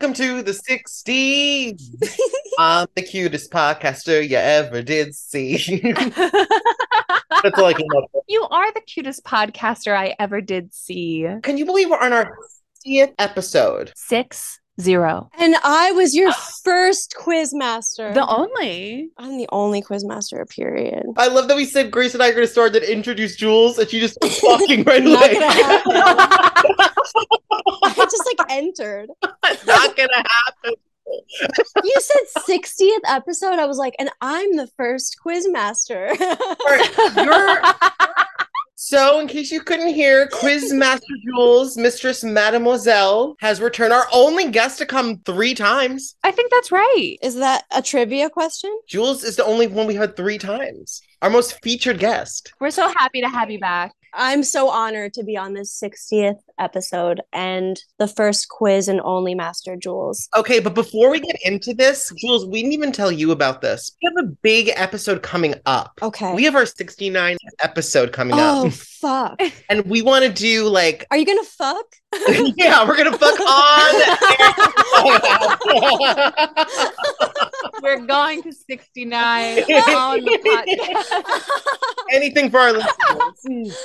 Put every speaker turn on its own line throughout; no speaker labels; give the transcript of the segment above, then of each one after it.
the 60s. I'm the cutest podcaster you ever did see. That's all I came up with.
you are the cutest podcaster I ever did see.
Can you believe we're on our 60th episode?
Six zero.
And I was your first quiz master.
The only.
I'm the only quiz master, period.
I love that we said Grace and I are going to start that introduce Jules, and she just walking right
Not
away.
gonna happen. I just like entered.
Not gonna happen.
You said 60th episode. I was like, and I'm the first quiz master.
You're- So, in case you couldn't hear, Quizmaster Jules, Mistress Mademoiselle, has returned our only guest to come three times.
I think that's right.
Is that a trivia question?
Jules is the only one we had three times. Our most featured guest.
We're so happy to have you back.
I'm so honored to be on this 60th episode and the first quiz and only master Jules.
Okay, but before we get into this, Jules, we didn't even tell you about this. We have a big episode coming up.
Okay.
We have our 69th episode coming
oh,
up,
fuck.
and we want to do like,
Are you going to fuck?
yeah, we're gonna fuck on.
We're going to 69 on the podcast.
Anything for our listeners.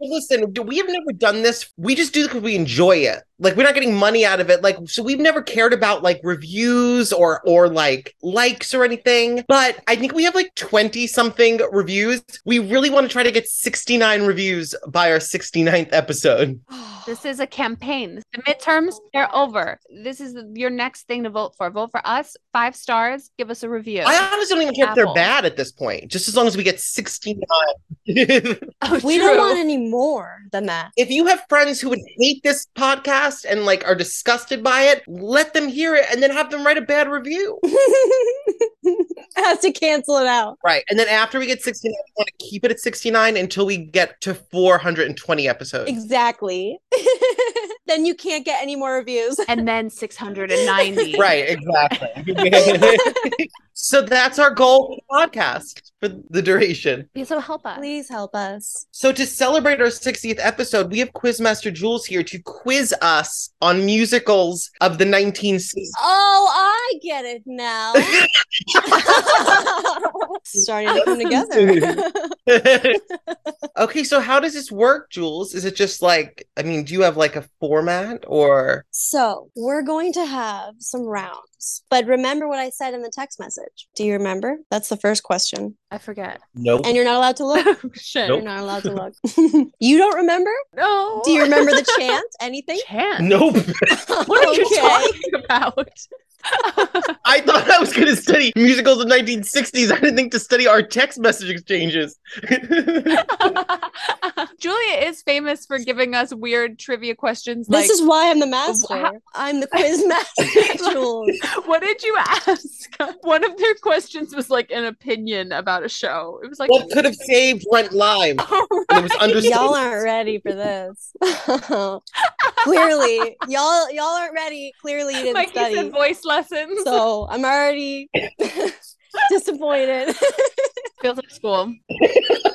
Listen, do- we have never done this. We just do it because we enjoy it. Like we're not getting money out of it. Like so, we've never cared about like reviews or or like likes or anything. But I think we have like twenty something reviews. We really want to try to get sixty nine reviews by our 69th episode.
This is a campaign. The midterms, they're over. This is your next thing to vote for. Vote for us, five stars, give us a review.
I honestly don't even care if they're
Apple.
bad at this point. Just as long as we get sixty nine.
Oh,
we
true.
don't want any more than that.
if you have friends who would hate this podcast and like are disgusted by it, let them hear it and then have them write a bad review.
I have to cancel it out.
Right. And then after we get 69, we want to keep it at 69 until we get to 420 episodes.
Exactly. then you can't get any more reviews.
and then 690.
Right, exactly. so that's our goal for the podcast for the duration.
Yeah, So help us.
Please help us.
So to celebrate our 60th episode, we have Quizmaster Jules here to quiz us on musicals of the 1960s.
Oh, I get it now. Starting to come together.
okay, so how does this work, Jules? Is it just like, I mean, do you have like a format or
so, we're going to have some rounds. But remember what I said in the text message. Do you remember? That's the first question.
I forget.
no?
And you're not allowed to look.
Shit.
You're not allowed to look. you don't remember?
No.
Do you remember the chant? Anything?
chance?
Nope.
What are you talking about?
I thought I was going to study musicals of 1960s. I didn't think to study our text message exchanges.
Julia is famous for giving us weird trivia questions
This
like
is why I'm the master.
Wow.
I'm the quiz master, Jules.
what did you ask? One of their questions was like an opinion about a show. It was like
what could have saved Rent Live? And it was understood.
y'all aren't ready for this. clearly, y'all y'all aren't ready. Clearly, you didn't
Mikey
study.
said voice lessons.
So I'm already disappointed.
Feels like school.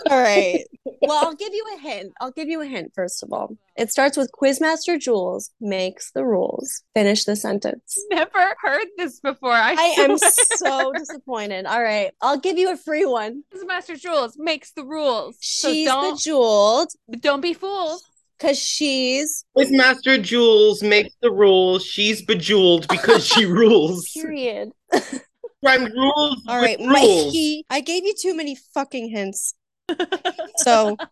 all right. Well, I'll give you a hint. I'll give you a hint first of all. It starts with Quizmaster Jules makes the rules. Finish the sentence.
Never heard this before. I,
I am
swear.
so disappointed. All right, I'll give you a free one.
Master Jules makes the rules.
She's
so
the
don't
jeweled
don't be fooled.
because she's
Quizmaster Jules makes the rules. She's bejeweled because she rules.
period.
Rhymed rules.
All
with
right,
rules.
Mikey, I gave you too many fucking hints. so, all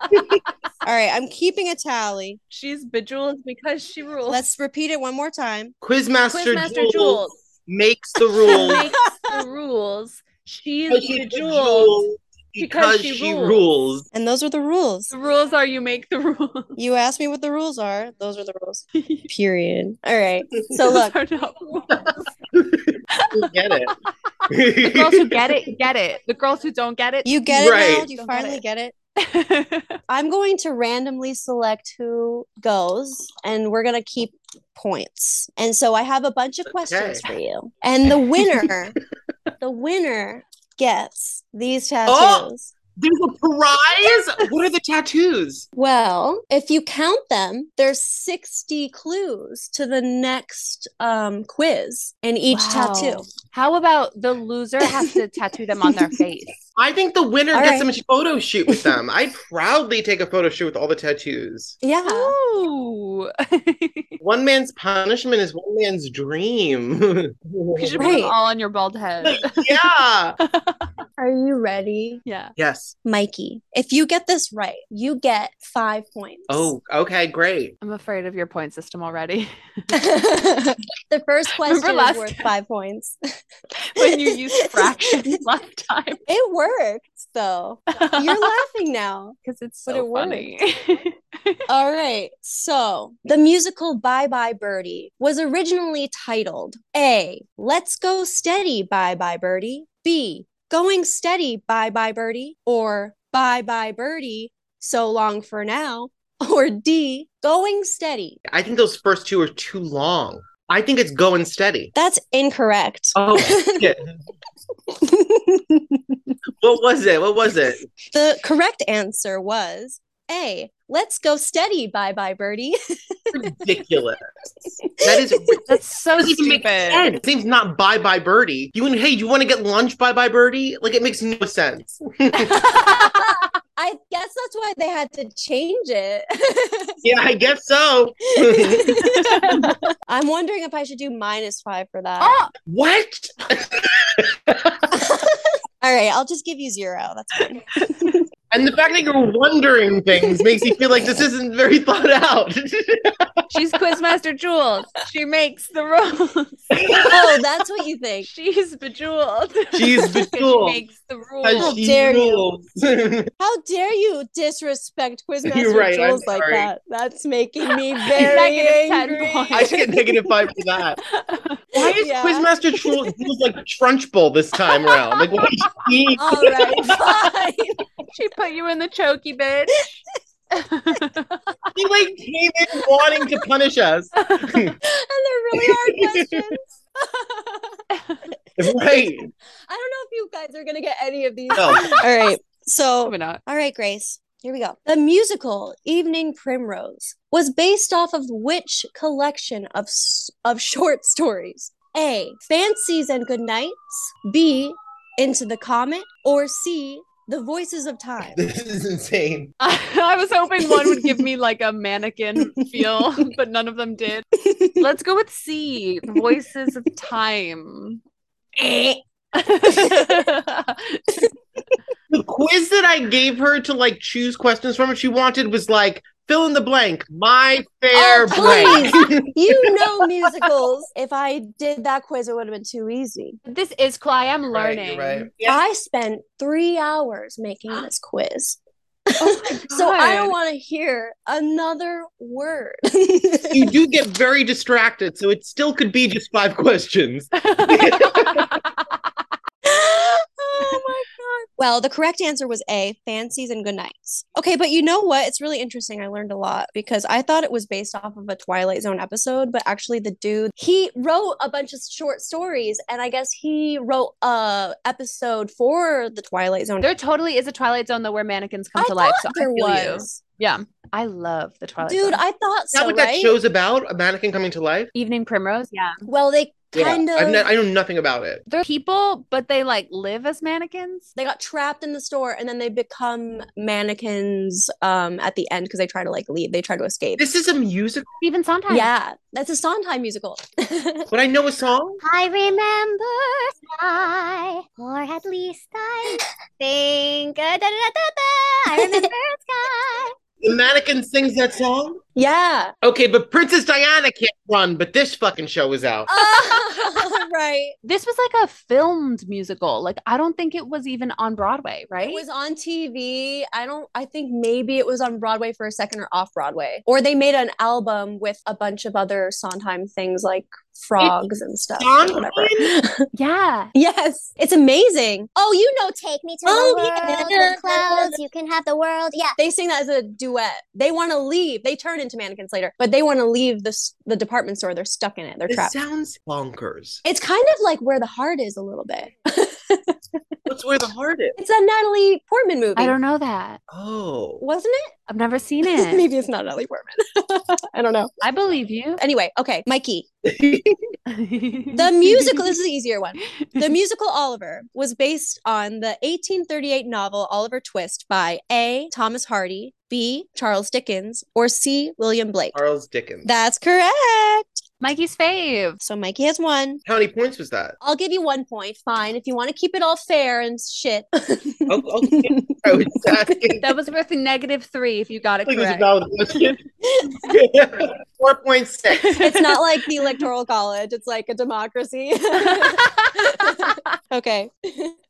right, I'm keeping a tally.
She's bejeweled because she rules.
Let's repeat it one more time.
Quizmaster,
Quizmaster
Jules,
Jules
makes the rules.
makes the rules. She's
Because she's
bejeweled.
bejeweled because she, rules.
And those are the rules.
The rules are you make the rules.
You asked me what the rules are. Those are the rules. Period. All right. So
Those
look,
are not rules.
You get
The girls who
it.
get it, get it. The girls who don't get it,
you get it now.
Right.
Do you
Don't get
finally
it.
get it? I'm going to randomly select who goes, and we're going to keep points. And so I have a bunch of questions for you.
Oh!
And the winner, the winner gets these tattoos.
There's a prize. what are the tattoos?
Well, if you count them, there's 60 clues to the next um, quiz and each
Wow.
tattoo.
How about the loser has to tattoo them on their face?
I think the winner
All
gets
right.
a photo shoot with them. I proudly take a photo shoot with all the tattoos.
Yeah.
Ooh.
One man's punishment is one man's dream.
You should put
Right.
them all on your bald head.
yeah.
Are you ready?
Yeah.
Yes.
Mikey, if you get this right, you get five points.
Oh, okay, great.
I'm afraid of your point system already.
the first
Remember
question is
last
worth
time?
five points.
when you used fractions last time.
It worked though. You're laughing now.
Because it's
But
so
it
funny.
All right. So the musical Bye Bye Birdie was originally titled A. Let's Go Steady Bye Bye Birdie. B. Going Steady Bye Bye Birdie. Or Bye Bye Birdie. So long for now. Or D. Going Steady.
I think those first two are too long. I think it's going steady.
That's incorrect.
Oh, shit. what was it? What was it?
the correct answer was A. Let's Go Steady Bye Bye Birdie.
Ridiculous. That is
That's so
doesn't even make
stupid.
sense. Seems not bye bye birdie. You and hey, you want to get lunch bye bye birdie? Like it makes no sense.
I guess that's why they had to change
yeah, I guess so.
it. I'm wondering if I should do minus five for that.
oh,
What?
All right, I'll just give you zero. That's fine.
And the fact that you're wondering things makes you feel like this isn't very thought out.
she's Quizmaster Jules. She makes the rules.
oh, that's what you think.
She's bejeweled.
She's bejeweled.
she makes the
How
rules.
she
dare you.
rules.
How dare you disrespect
You're
Quizmaster
right, I'm
Jules like
sorry.
that? That's making me very
Negative 10
angry.
I should get negative five for that. Why is
Yeah.
Quizmaster Trul feels like Trunchbull this time around? Like what did she eat?
All right, fine.
She put you in the chokey, bitch.
She like came in wanting to punish us.
And they're really hard questions.
Right.
I don't know if you guys are gonna get any of these.
No.
All right. So
Probably not.
All right, Grace, here we go. The musical Evening Primrose was based off of which collection of s- of short stories? A. Fancies and Goodnights, B. Into the Comet, or C. The Voices of Time.
This is insane.
I, I was hoping one would give me like a mannequin feel, but none of them did. Let's go with C, the Voices of Time.
The quiz that I gave her to like choose questions from, what she wanted was like fill in the blank. My fair
Oh,
blank.
you know musicals. If I did that quiz, it would have been too easy.
this is cool. I am learning.
Right, right. Yeah.
I spent three hours making this quiz. So I don't
God.
want to hear another word.
you do get very distracted, so it still could be just five questions.
oh my god. Well, the correct answer was A, fancies and goodnights. Okay, but you know what? It's really interesting. I learned a lot because I thought it was based off of a Twilight Zone episode, but actually the dude, he wrote a bunch of short stories and I guess he wrote a episode for the Twilight Zone.
there totally is a Twilight Zone though where mannequins come
I
to life. So
thought there
I feel you.
was.
Yeah. I love the Twilight
Dude,
Zone.
I thought
Is that
so,
what that
right?
show's about? A mannequin coming to life?
Evening Primrose. Yeah.
well, they kind
I've
of
no- I know nothing about it.
They're people, but they like live as mannequins.
they got trapped in the store and then they become mannequins um at the end because they try to like leave. They try to escape.
This is a musical,
Even Sondheim.
Yeah, that's a Sondheim musical.
but I know a song.
I remember sky, or at least I think. uh, da, da, da, da, da. I remember sky.
The mannequin sings that song.
yeah.
Okay, but Princess Diana can't run, but this fucking show is out.
Oh, right.
This was like a filmed musical. Like I don't think it was even on Broadway, right?
It was on TV. I don't I think maybe it was on Broadway for a second or off Broadway. Or they made an album with a bunch of other Sondheim things like frogs and stuff. or
Sondheim?
whatever.
yeah.
yes. It's amazing. Oh, you know
Take me to
Oh,
the
yeah.
world with clouds. You can have the world. Yeah.
they sing that as a duet. They want to leave. They turn into mannequins later, but they want to leave the s- the department store. They're stuck in it. They're
This
trapped.
sounds bonkers.
It's kind of like where the heart is a little bit.
What's where the heart is?
It's a Natalie Portman movie.
I don't know that.
Oh.
Wasn't
I've never seen
it?
it.
Maybe it's not Natalie Portman. I don't know.
I believe you.
Anyway, okay, Mikey. The
the
musical, this is the easier one. The musical Oliver was based on the 1838 novel Oliver Twist by A. Thomas Hardy, B. Charles Dickens, or C. William Blake.
Charles Dickens.
That's correct.
Mikey's fave.
So Mikey has one.
How many points was that?
I'll give you one point. Fine. If you want to keep it all fair and shit.
Oh, okay. I was just asking.
That was worth a negative three if you got it
Like, it was a
correct.
valid question. 4.6.
it's not like the electoral college it's like a democracy okay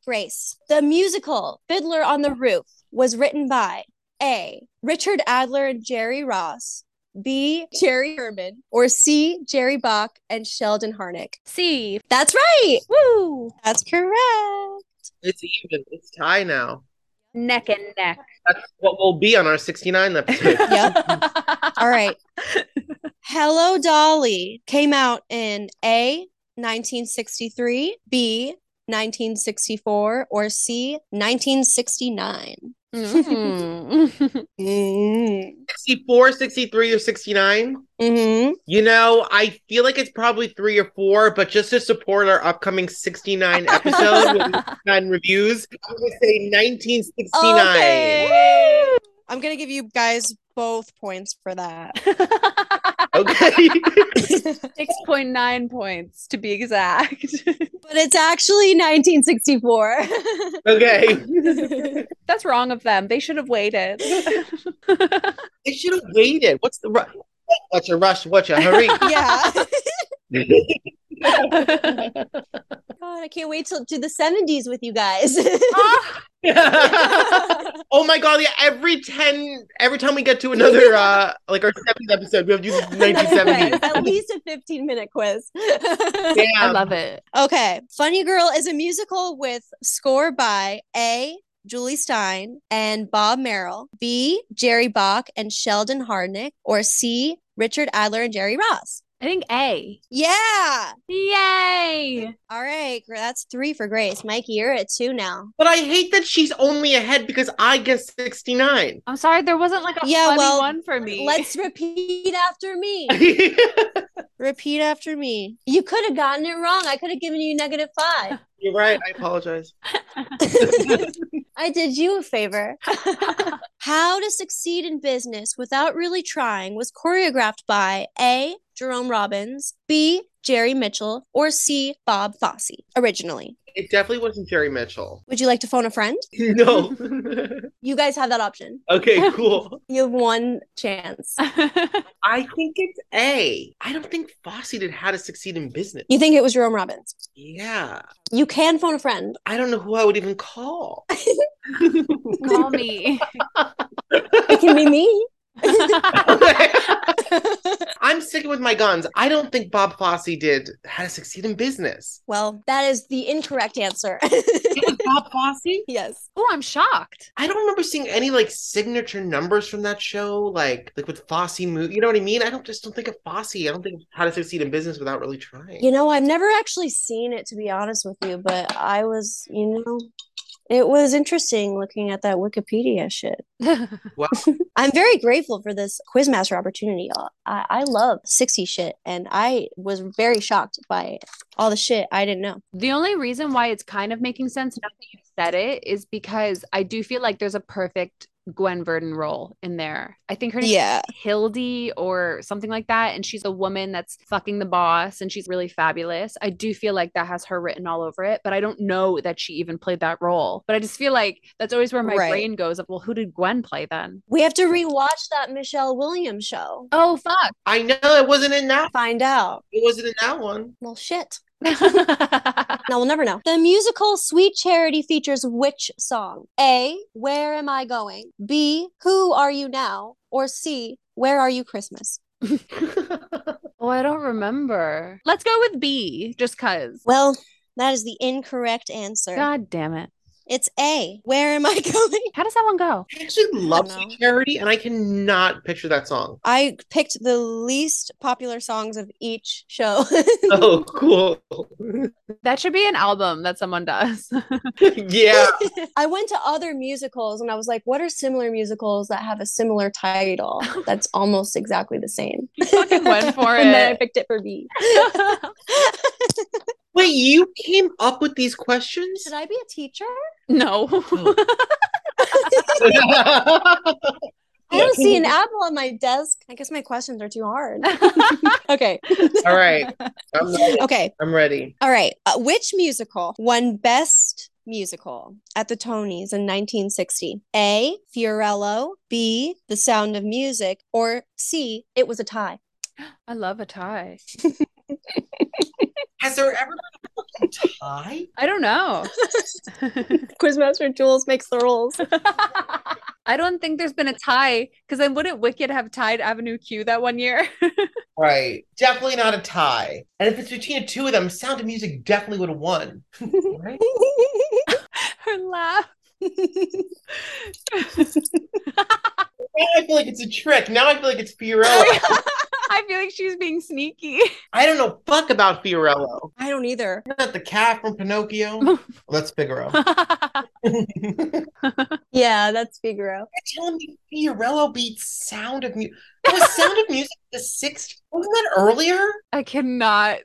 grace the musical fiddler on the roof was written by a richard adler and jerry ross b jerry herman or c jerry bach and sheldon harnick
C.
that's right
Woo.
that's correct
It's even. It's tie now.
Neck and neck.
That's what we'll be on our 69 episode.
all right hello dolly came out in a 1963 b 1964 or c 1969
Mm.
Mm-hmm.
64, 63, or 69? You know, I feel like it's probably three or four, but just to support our upcoming 69 episode with 69 reviews, I'm going to say 1969.
I'm gonna give you guys both points for that.
Okay.
but
6.9 points to be exact.
it's actually 1964.
okay.
That's wrong of them. They should have waited.
They should have waited. What's the rush? What's your rush? What's your hurry?
yeah.
Ah,
God, I can't wait till to the 70s with you guys.
Ah!
oh my god! Yeah, every ten, every time we get to another, uh, like our seventh episode, we have to do
Quiz.
1970.
At least a 15 minute quiz.
I
Damn.
love it.
Okay. Funny Girl is a musical with score by A. Julie Stein and Bob Merrill, B. Jerry Bach and Sheldon Hardnick, or C. Richard Adler and Jerry Ross.
I think A.
Yeah.
Yay.
All right. Gra- That's three for Grace. Mikey, you're at two now.
But I hate that she's only ahead because I guess 69.
I'm sorry, there wasn't like a
Yeah,
funny
well,
one for me.
Let's repeat after me.
You're
repeat after me. You could have gotten it wrong. I could have given you negative five.
right. I apologize.
I did you a favor. How to Succeed in Business Without Really Trying was choreographed by A. Jerome Robbins, B. Jerry Mitchell, or C. Bob Fosse originally.
It definitely wasn't Jerry Mitchell.
Would you like to phone a friend?
No.
You guys have that option.
okay, cool.
You have one chance.
I think it's A. I don't think Fosse did How to Succeed in Business.
You think it was Jerome Robbins.
Yeah.
You can phone a friend.
I don't know who I would even call.
Call me.
It can be me.
I'm sticking with my guns. I don't think Bob Fosse did How to Succeed in Business.
well, that is the incorrect answer.
It was Bob Fosse?
yes.
oh, I'm shocked.
I don't remember seeing any like signature numbers from that show, like like with Fosse movie. You know what I mean? I don't just don't think of Fosse. I don't think of how to succeed in business without really trying.
You know, I've never actually seen it to be honest with you, but I was, you know, it was interesting looking at that Wikipedia shit. I'm very grateful for this Quizmaster opportunity. y'all. I, I love 60 shit, and I was very shocked by all the shit I didn't know.
The only reason why it's kind of making sense now that you said it is because I do feel like there's a perfect Gwen Verdon role in there. I think her name
Yeah.
is Hildy or something like that. And she's a woman that's fucking the boss and she's really fabulous. I do feel like that has her written all over it, but I don't know that she even played that role. But I just feel like that's always where my
Right.
brain goes of, well, who did Gwen play then?
We have to rewatch that Michelle Williams show.
Oh, fuck.
I know it wasn't in that.
Find out.
It wasn't in that one.
Well, shit.
I
Now we'll never know. The musical Sweet Charity features which song? A. Where Am I Going? B. Who Are You Now? Or C. Where Are You Christmas?
oh, I don't remember. Let's go with B just because.
Well, that is the incorrect answer.
God damn it.
It's A. Where am I going?
How does that one go?
I actually love
know.
Sweet Charity, and I cannot picture that song.
I picked the least popular songs of each show.
Oh, cool.
That should be an album that someone does.
yeah.
I went to other musicals and I was like, what are similar musicals that have a similar title that's almost exactly the same?
You fucking went for
and then I
it.
picked it for B.
Wait, you came up with these questions?
Should I be a teacher?
no.
I don't see an apple on my desk. I guess my questions are too hard. okay.
All right. I'm,
Okay.
I'm ready.
All right. Uh, which musical won Best Musical at the Tonys in 1960? A. Fiorello. B. The Sound of Music. Or C. It was a tie.
I love a tie.
Has there ever been a fucking tie?
I don't know.
Quizmaster Jules makes the rules.
I don't think there's been a tie because then wouldn't Wicked have tied Avenue Q that one year?
Right. Definitely not a tie. And if it's between the two of them, Sound of Music definitely would have won. Right?
Her laugh.
Now I feel like it's a trick. Now I feel like it's Fiorello.
I feel like she's being sneaky.
I don't know fuck about Fiorello.
I don't either.
Not the cat from Pinocchio. Let's figure out. You're
Yeah, that's Figaro.
telling me Fiorello beats Sound of Music. Was Sound of Music the sixth? Wasn't that earlier?
I cannot.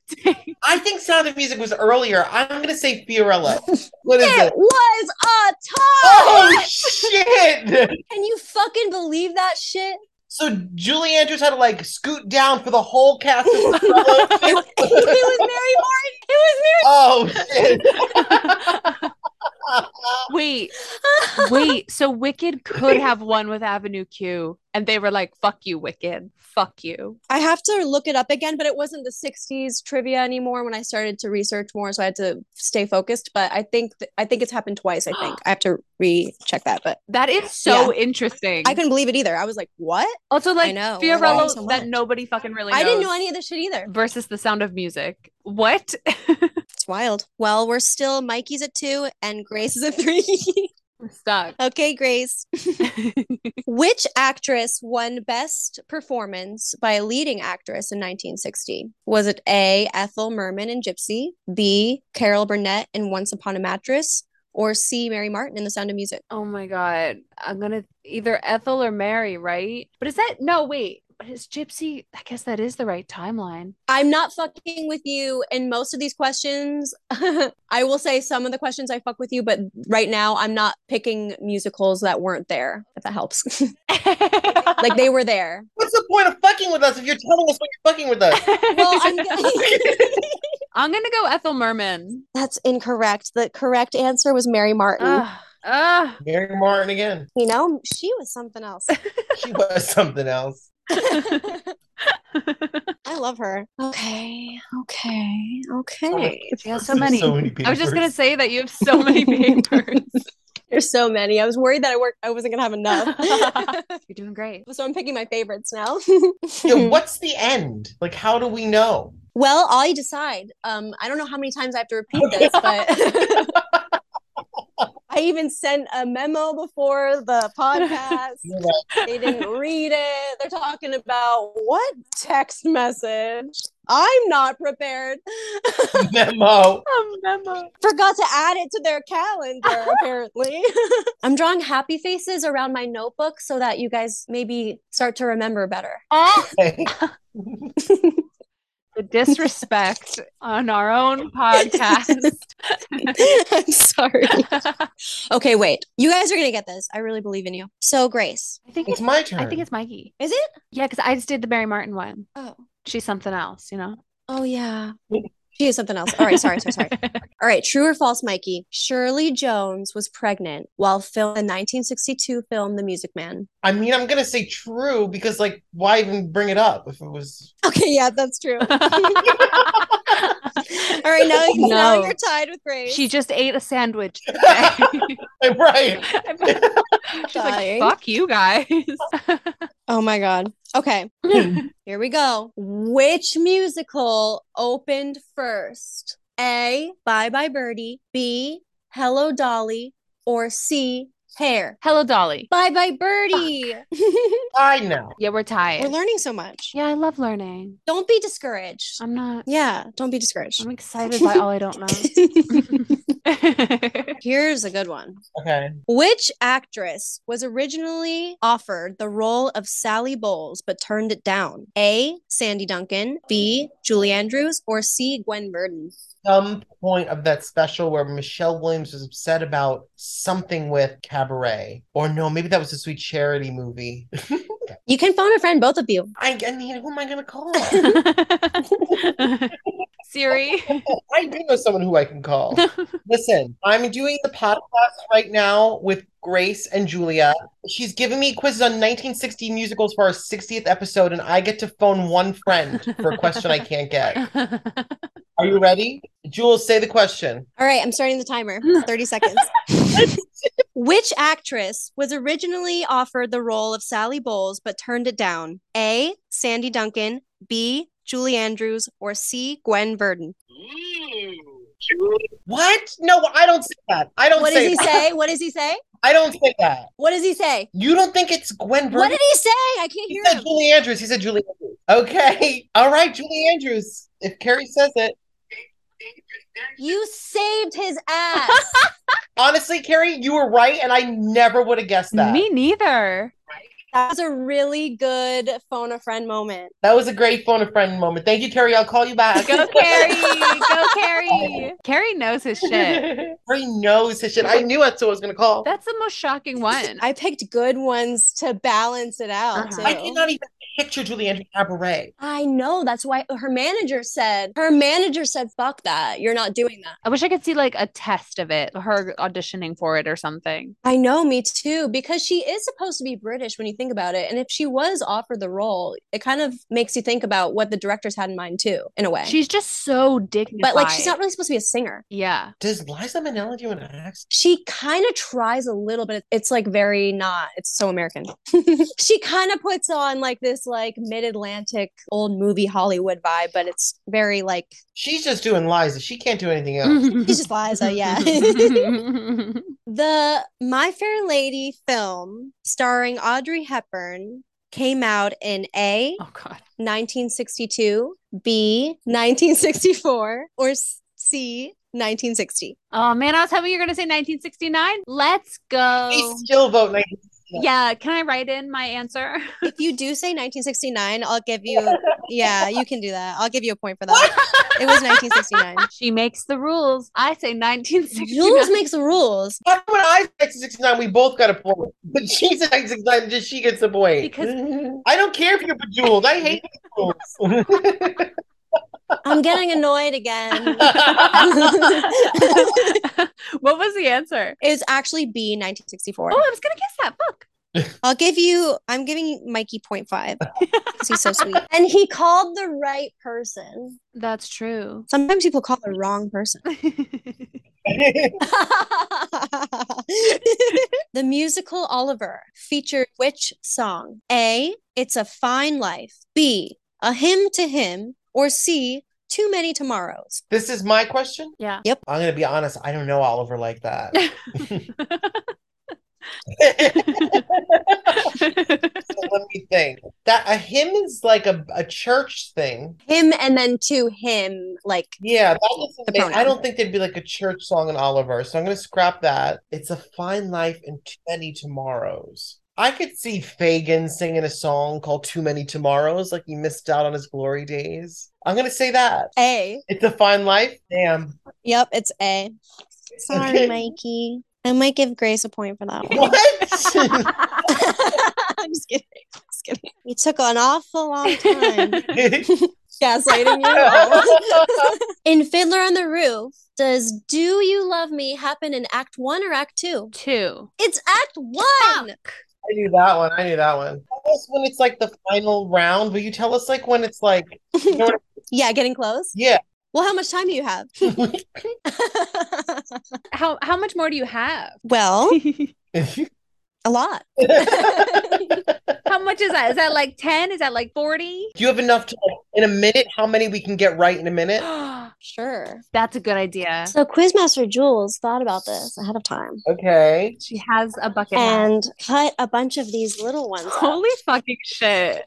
I think Sound of Music was earlier. I'm gonna say Fiorello. What is
It
it?
was a tie.
Oh shit!
Can you fucking believe that shit?
So Julie Andrews had to like scoot down for the whole cast. Of
It,
Fiorello.
was Mary Martin. It was Mary.
oh shit!
Wait, wait. So Wicked could have won with Avenue Q, and they were like, "Fuck you, Wicked. Fuck you."
I have to look it up again, but it wasn't the 60s trivia anymore when I started to research more, so I had to stay focused. But I think th- I think it's happened twice. I think I have to recheck that, but
That is so interesting.
I couldn't believe it either. I was like, what?
also like
know, I learned
Fiorello
so
that
much.
nobody fucking really.
I didn't
knows
know any of this shit either.
versus The Sound of Music. What?
It's wild. Well, we're still Mikey's at two and Grace is at three.
We're stuck.
okay, Grace. Which actress won Best Performance by a Leading Actress in 1960? Was it A. Ethel Merman in Gypsy, B. Carol Burnett in Once Upon a Mattress, or C. Mary Martin in The Sound of Music?
Oh my god. I'm gonna either Ethel or Mary, right? But is that no wait, but is Gypsy I guess that is the right timeline.
I'm not fucking with you in most of these questions. I will say some of the questions I fuck with you, but right now I'm not picking musicals that weren't there, if that helps. like they were there.
What's the point of fucking with us if you're telling us when you're fucking with us?
Well, I'm gonna-
I'm gonna go Ethel Merman.
That's incorrect. The correct answer was Mary Martin.
Ugh. Ugh.
Mary Martin again.
You know, she was something else.
She was something else.
I love her. Okay, okay, okay.
Wait,
she has so many.
So many
I was just gonna
papers.
say that you have so many papers.
There's so many. I was worried that I worked. I wasn't gonna have enough.
You're doing great.
so I'm picking my favorites now.
Yeah, what's the end? Like, how do we know?
well, I'll decide. Um, I don't know how many times I have to repeat this, but. I even sent a memo before the podcast. They didn't read it. They're talking about what text message? I'm not prepared.
Memo.
Oh, memo.
forgot to add it to their calendar apparently i'm drawing happy faces around my notebook so that you guys maybe start to remember better
Oh,
Okay.
the disrespect on our own podcast.
i'm sorry okay wait you guys are gonna get this i really believe in you so grace
I think
It's
it's,
my turn.
I think it's Mikey.
is it
Yeah, because I just did the Mary Martin one.
oh
She's something else, you know.
oh yeah she is something else all right sorry sorry sorry all right true or false mikey shirley jones was pregnant while filming the 1962 film the music man
I mean, I'm gonna say true because, like, why even bring it up if it was?
okay yeah that's true all
sorry.
right now, now
No.
you're tied with grace
she just ate a sandwich. today.
right.
She's like,
Dying.
fuck you guys.
oh my god okay Here we go. Which musical opened first? A. Bye Bye Birdie. B. Hello Dolly. or C, hair?
Hello, Dolly.
Bye bye, birdie.
I know.
Yeah, we're tied.
We're learning so much.
yeah, I love learning.
Don't be discouraged.
I'm not.
Yeah, don't be discouraged.
I'm excited by all I don't know.
Here's a good one.
Okay.
Which actress was originally offered the role of Sally Bowles but turned it down? A. Sandy Duncan, B. Julie Andrews, or C. Gwen Verdon?
Some point of that special where Michelle Williams was upset about something with Cabaret. Or no, maybe that was a sweet charity movie.
You can phone a friend, both of you.
I, I mean, who am I gonna call?
Siri.
I do know someone who I can call. Listen, I'm doing the podcast right now with Grace and Julia. She's giving me quizzes on 1960 musicals for our 60th episode, and I get to phone one friend for a question I can't get. Are you ready? Jules, say the question.
All right, I'm starting the timer. 30 seconds. Which actress was originally offered the role of Sally Bowles but turned it down? A. Sandy Duncan, B. Julie Andrews, or C. Gwen Verdon?
What? No, I don't say that. I don't
What does
say
he
that.
say? What does he say?
I don't say that.
What does he say?
You don't think it's Gwen
What
Verdon?
did he say? I can't
He
hear
said
him.
Julie Andrews. He said Julie Andrews. Okay. All right, Julie Andrews. If Carrie says it.
You saved his ass.
Honestly, Carrie, you were right, and I never would have guessed that.
Me neither.
that was a really good phone a friend moment.
That was a great phone a friend moment. Thank you, Carrie. I'll call you back.
Go Carrie. Go Carrie. Carrie knows his shit.
Carrie knows his shit. I knew that's who I was gonna call.
That's the most shocking one.
I picked good ones to balance it out.
Uh-huh.
too.
I did not even picture Julie Andrews Cabaret.
I know. That's why her manager said, her manager said, fuck that. You're not doing that.
I wish I could see like a test of it, her auditioning for it or something.
I know, me too, because she is supposed to be British when you think about it. And if she was offered the role, it kind of makes you think about what the directors had in mind too, in a way.
She's just so dignified.
but like, she's not really supposed to be a singer.
Yeah.
Does Liza Minnelli do an accent?
She kind of tries a little bit. It's like very not, it's so American. she kind of puts on like this like mid Atlantic old movie Hollywood vibe, but it's very like,
She's just doing Liza. She can't do anything else.
it's just Liza, yeah. The My Fair Lady film starring Audrey Hepburn came out in A,
oh god.
1962, B, 1964, or C, 1960.
Oh man, I was hoping you were gonna say 1969. Let's
She
go.
still vote 19.
Yeah, can I write in my answer?
If you do say 1969, I'll give you, yeah, you can do that. I'll give you a point for that. It was 1969.
She makes the rules. I say 1969.
Jules makes the rules.
But when I said 69, we both got a point. But she said 69, just she gets a point.
Because-
I don't care if you're bejeweled. I hate bejeweled.
I'm getting annoyed again.
what was the answer?
It's actually B, 1964.
Oh, I was gonna guess that book.
I'll give you, I'm giving Mikey 0.5 because he's so sweet. And he called the right person.
That's true.
Sometimes people call the wrong person. the musical Oliver featured which song? A. It's a Fine Life. B. A Hymn to Him. Or C. Too Many Tomorrows.
this is my question.
yeah.
I'm gonna be honest. I don't know Oliver like that. So let me think. That a hymn is like a, a church thing.
Him and then to him, like
Yeah, that doesn't
The
make- I
pronoun.
don't think there'd be like a church song in Oliver, so I'm gonna scrap that. It's a fine life and too many tomorrows. I could see Fagin singing a song called Too Many Tomorrows, like he missed out on his glory days. I'm gonna say that.
A.
It's a fine life. Damn.
Yep, it's A. Sorry,
Okay.
Mikey. I might give Grace a point for that one.
What?
I'm just kidding. Just kidding. You took an awful long time gaslighting In Fiddler on the Roof, does Do You Love Me happen in Act One or Act Two?
Two.
It's Act One.
I knew that one. I knew that one. Tell us when it's like the final round. Will you tell us like when it's like, you know what I-
Yeah, getting close.
yeah.
Well, how much time do you have?
How how much more do you have?
well, a lot.
how much is that? Is that like 10? Is that like 40?
Do you have enough to like, in a minute? How many we can get right in a minute?
I
Sure.
That's a good idea.
So Quizmaster Jules thought about this ahead of time
Okay.
She has a bucket. hat.
and cut a bunch of these little ones. up.
Holy fucking shit.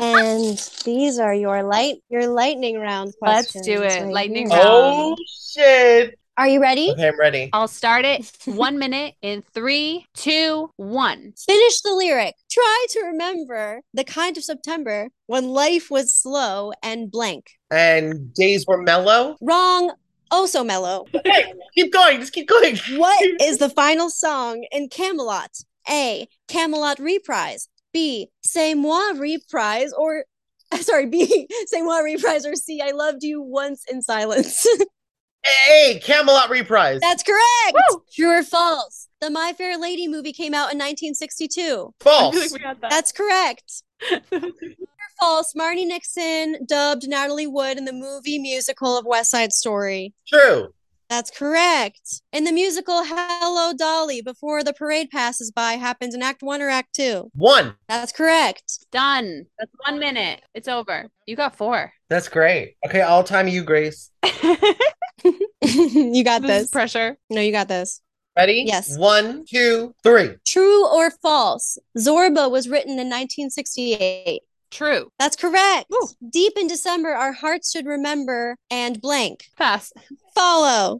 And these are your light your lightning round
Let's
questions.
do it.
right
Lightning
here.
round.
Oh shit.
Are you ready?
Okay, I'm ready.
I'll start it one minute in three, two, one.
Finish the lyric. Try to remember the kind of September when life was slow and blank.
And days were mellow.
Wrong. Oh, so mellow.
Keep going. Just keep going.
What is the final song in Camelot? A. Camelot reprise. B. C'est moi reprise. Or, sorry, B. C'est moi reprise. Or C. I loved you once in silence.
Hey, Camelot reprise.
That's correct.
Woo!
True or false? The My Fair Lady movie came out in 1962.
False.
got
That's correct. True or false? Marnie Nixon dubbed Natalie Wood in the movie musical of West Side Story.
True.
That's correct. In the musical Hello Dolly, before the parade passes by, happens in Act One or Act Two.
One.
That's correct.
Done. That's one minute. It's over. You got four.
That's great. Okay, all time you, Grace.
you got
This
this.
is pressure.
no, you got this.
Ready?
Yes.
One, two, three.
True or false? Zorba was written in 1968.
True.
That's correct.
Woo.
Deep in December, our hearts should remember and blank.
Fast.
Follow.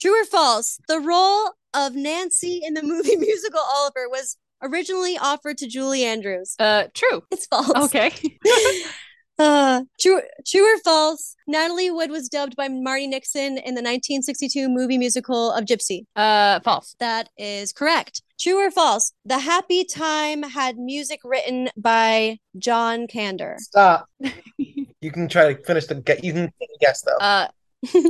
True or false? The role of Nancy in the movie musical Oliver was originally offered to Julie Andrews.
Uh, true.
It's false.
Okay.
uh, true, true or false? Natalie Wood was dubbed by Marty Nixon in the 1962 movie musical of Gypsy.
Uh, false.
That is correct. True or false? The Happy Time had music written by John Kander.
Stop. You can try to finish the get. You can guess though.
Uh,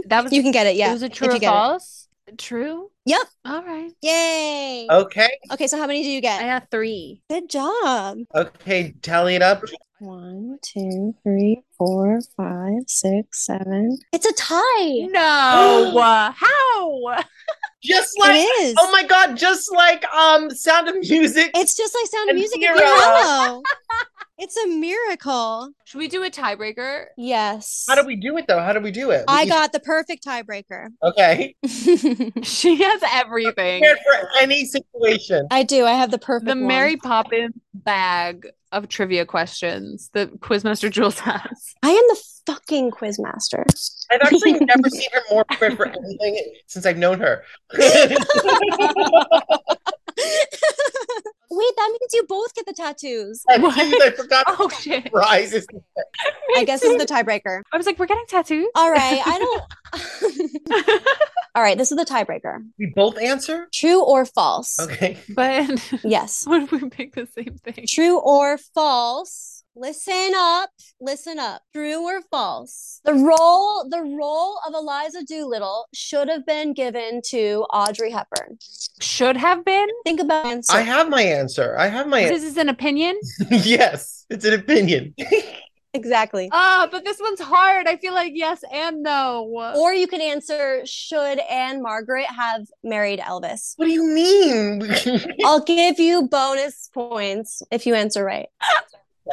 that was
You can get it. Yeah.
It was a
if
true
you
or
get it.
false. True.
Yep.
All right.
Yay.
okay.
Okay. So how many do you
Oh. I
get?
got three.
Good job.
Okay. Tally it up.
One, two, three, four, five, six, seven. It's a tie.
No. How?
Just like.
It is.
Oh my god! Just like um, Sound of Music.
It's just like Sound of
And
Music.
zero.
If you know. it's a miracle.
Should we do a tiebreaker?
Yes.
How do we do it though? How do we do it?
I
We-
got the perfect tiebreaker.
Okay.
She has everything.
Prepared for any situation.
I do. I have the perfect
The
one.
Mary Poppins bag of trivia questions that Quizmaster Jules has.
I am the fucking quizmaster.
I've actually never seen her more prepared for anything since I've known her.
Wait, that means you both get the tattoos.
I, I forgot.
Oh shit!
Rises.
I guess this is the tiebreaker.
I was like, we're getting tattoos.
All right. I don't All right, this is the tiebreaker.
We both answer.
True or false?
Okay.
but
Yes.
would we pick the same thing?
True or false? Listen up. Listen up. True or false? The role the role of Eliza Doolittle should have been given to Audrey Hepburn.
Should have been.
Think about the answer.
I have my answer. I have my
This is an opinion.
yes. It's an opinion.
exactly.
Ah, but this one's hard. I feel like yes and
uh,
no.
Or you could answer should Anne Margaret have married Elvis?
What do you mean?
I'll give you bonus points if you answer right.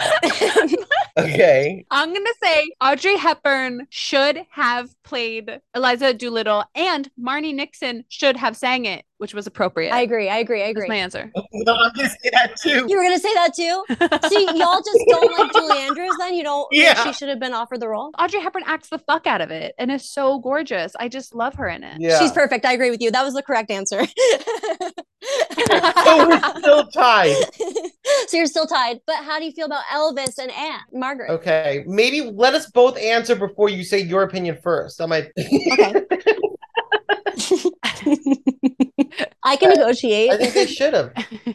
okay.
I'm gonna say Audrey Hepburn should have played Eliza Doolittle, and Marnie Nixon should have sang it, which was appropriate.
I agree. I agree. I
That's
agree.
my answer.
No, I'm gonna say that too.
You were gonna say that too? See, y'all just don't like Julie Andrews then? You don't think
Yeah.
she should have been offered the role?
Audrey Hepburn acts the fuck out of it and is so gorgeous. I just love her in it.
Yeah.
She's perfect. I agree with you. That was the correct answer.
so Oh, we're still tied.
so you're still tied. But how do you feel about Elvis and Anne? Margaret.
Okay. Maybe let us both answer before you say your opinion first. I might.
Okay. I can negotiate.
I think they should have.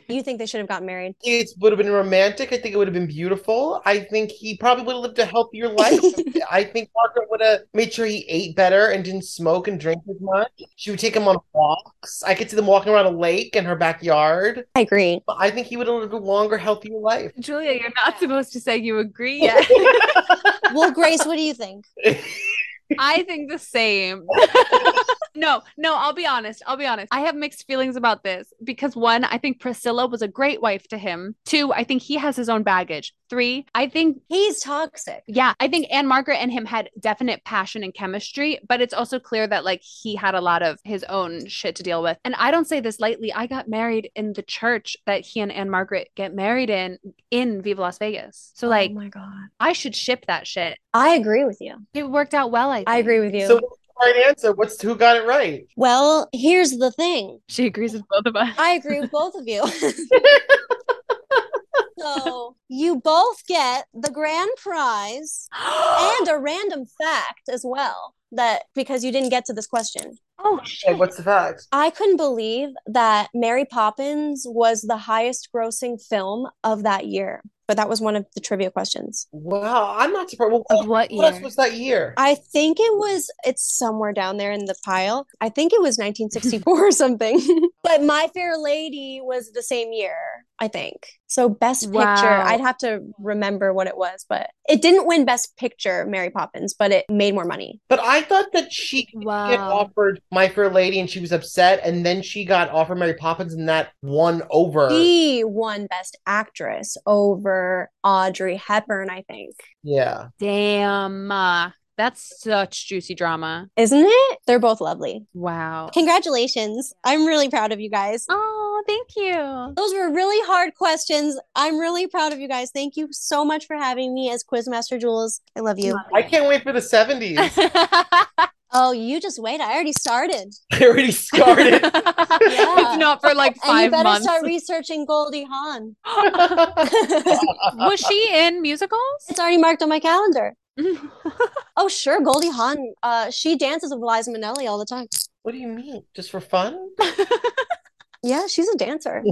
you think they should have gotten married.
It would have been romantic. I think it would have been beautiful. I think he probably would have lived a healthier life. I think Margaret would have made sure he ate better and didn't smoke and drink as much. She would take him on walks. I could see them walking around a lake in her backyard.
I agree.
But I think he would have lived a longer, healthier life.
Julia, you're not supposed to say you agree yet.
Well, Grace, what do you think?
I think the same. no, no, I'll be honest. I'll be honest. I have mixed feelings about this because one, I think Priscilla was a great wife to him. Two, I think he has his own baggage. Three, I think
He's toxic.
yeah, I think Anne Margaret and him had definite passion and chemistry, but it's also clear that like he had a lot of his own shit to deal with. And I don't say this lightly. I got married in the church that he and Anne Margaret get married in in Viva Las Vegas. So like
oh my god.
I should ship that shit.
I agree with you.
It worked out well, I think.
I agree with you.
So what's the right answer? What's who got it right?
well, here's the thing.
She agrees with both of us.
I agree with both of you. so you both get the grand prize and a random fact as well that because you didn't get to this question.
oh
Okay,
shit.
what's the fact?
I couldn't believe that Mary Poppins was the highest grossing film of that year, but that was one of the trivia questions.
Wow, I'm not surprised. Well,
Of what
what else
year?
was that year?
I think it was, it's somewhere down there in the pile. I think it was 1964 or something. but My Fair Lady was the same year, I think. So, Best Picture,
Wow.
I'd have to remember what it was, but it didn't win Best Picture, Mary Poppins, but it made more money.
But I thought that she
Wow.
get offered My Fair Lady and she was upset, and then she got offered Mary Poppins and that won over.
She won Best Actress over Audrey Hepburn, I think.
Yeah.
Damn. uh, that's such juicy drama.
Isn't it? They're both lovely.
Wow.
Congratulations. I'm really proud of you guys.
Oh, thank you.
Those were really hard questions. I'm really proud of you guys. Thank you so much for having me as Quizmaster Jules. I love you.
I can't wait for the 70s.
Oh, you just wait. I already started.
I already started.
It's not for like
And you
five
better
months.
start researching Goldie Hawn.
Was she in musicals?
it's already marked on my calendar. Oh, sure. Goldie Hawn, uh, she dances with Liza Minnelli all the time.
what do you mean? Just for fun?
Yeah, she's a dancer.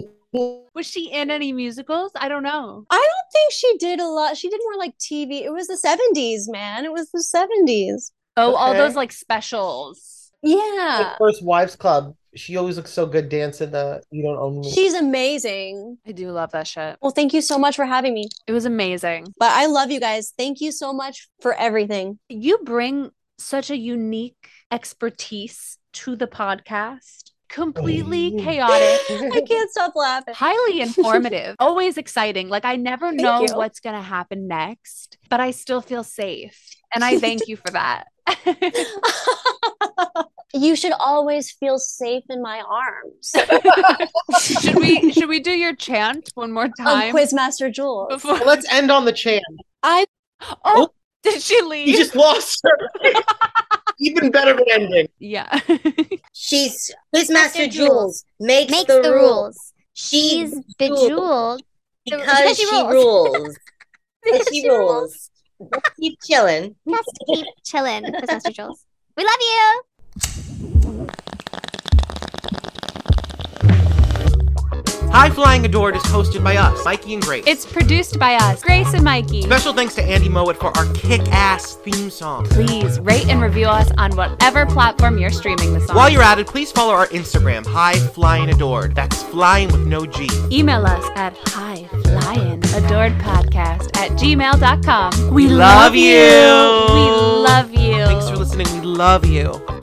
Was she in any musicals? I don't know.
I don't think she did a lot. She did more like TV. It was the 70s, man. It was the 70s.
Oh, all
Okay.
those like specials.
Yeah.
Like First Wives Club. She always looks so good dancing the You Don't Own
Mm.
Me.
She's amazing.
I do love that shit.
Well, thank you so much for having me.
It was amazing.
But I love you guys. Thank you so much for everything.
You bring such a unique expertise to the podcast. Completely
Oh.
chaotic.
I can't stop laughing.
highly informative always exciting like i never
Thank
know
you.
what's going to happen next but i still feel safe and i thank you for that
you should always feel safe in my arms. Um,
should we should we do your chant one more
Oh,
I'm
time
Quizmaster Jules.
before
Well, let's end on the chant.
I
oh did she
You
leave
just lost her. Even better than ending.
yeah
She's Quizmaster Jules makes,
Makes
the,
the
rules.
rules. She's
She's
bejeweled.
because she rules. Because she rules. Let's keep chilling.
Has to keep chillin', Quizmaster Jules. We love you.
High Flying Adored is hosted by us, Mikey and Grace.
it's produced by us grace and mikey
Special thanks to Andy Mowat for our kick-ass theme song.
please rate and review us on whatever platform you're streaming this on
While you're at it, please follow our Instagram, High Flying Adored. That's flying with no G.
email us at high flying adored podcast at gmail.com
We love you.
we love you
Thanks for listening. We love you.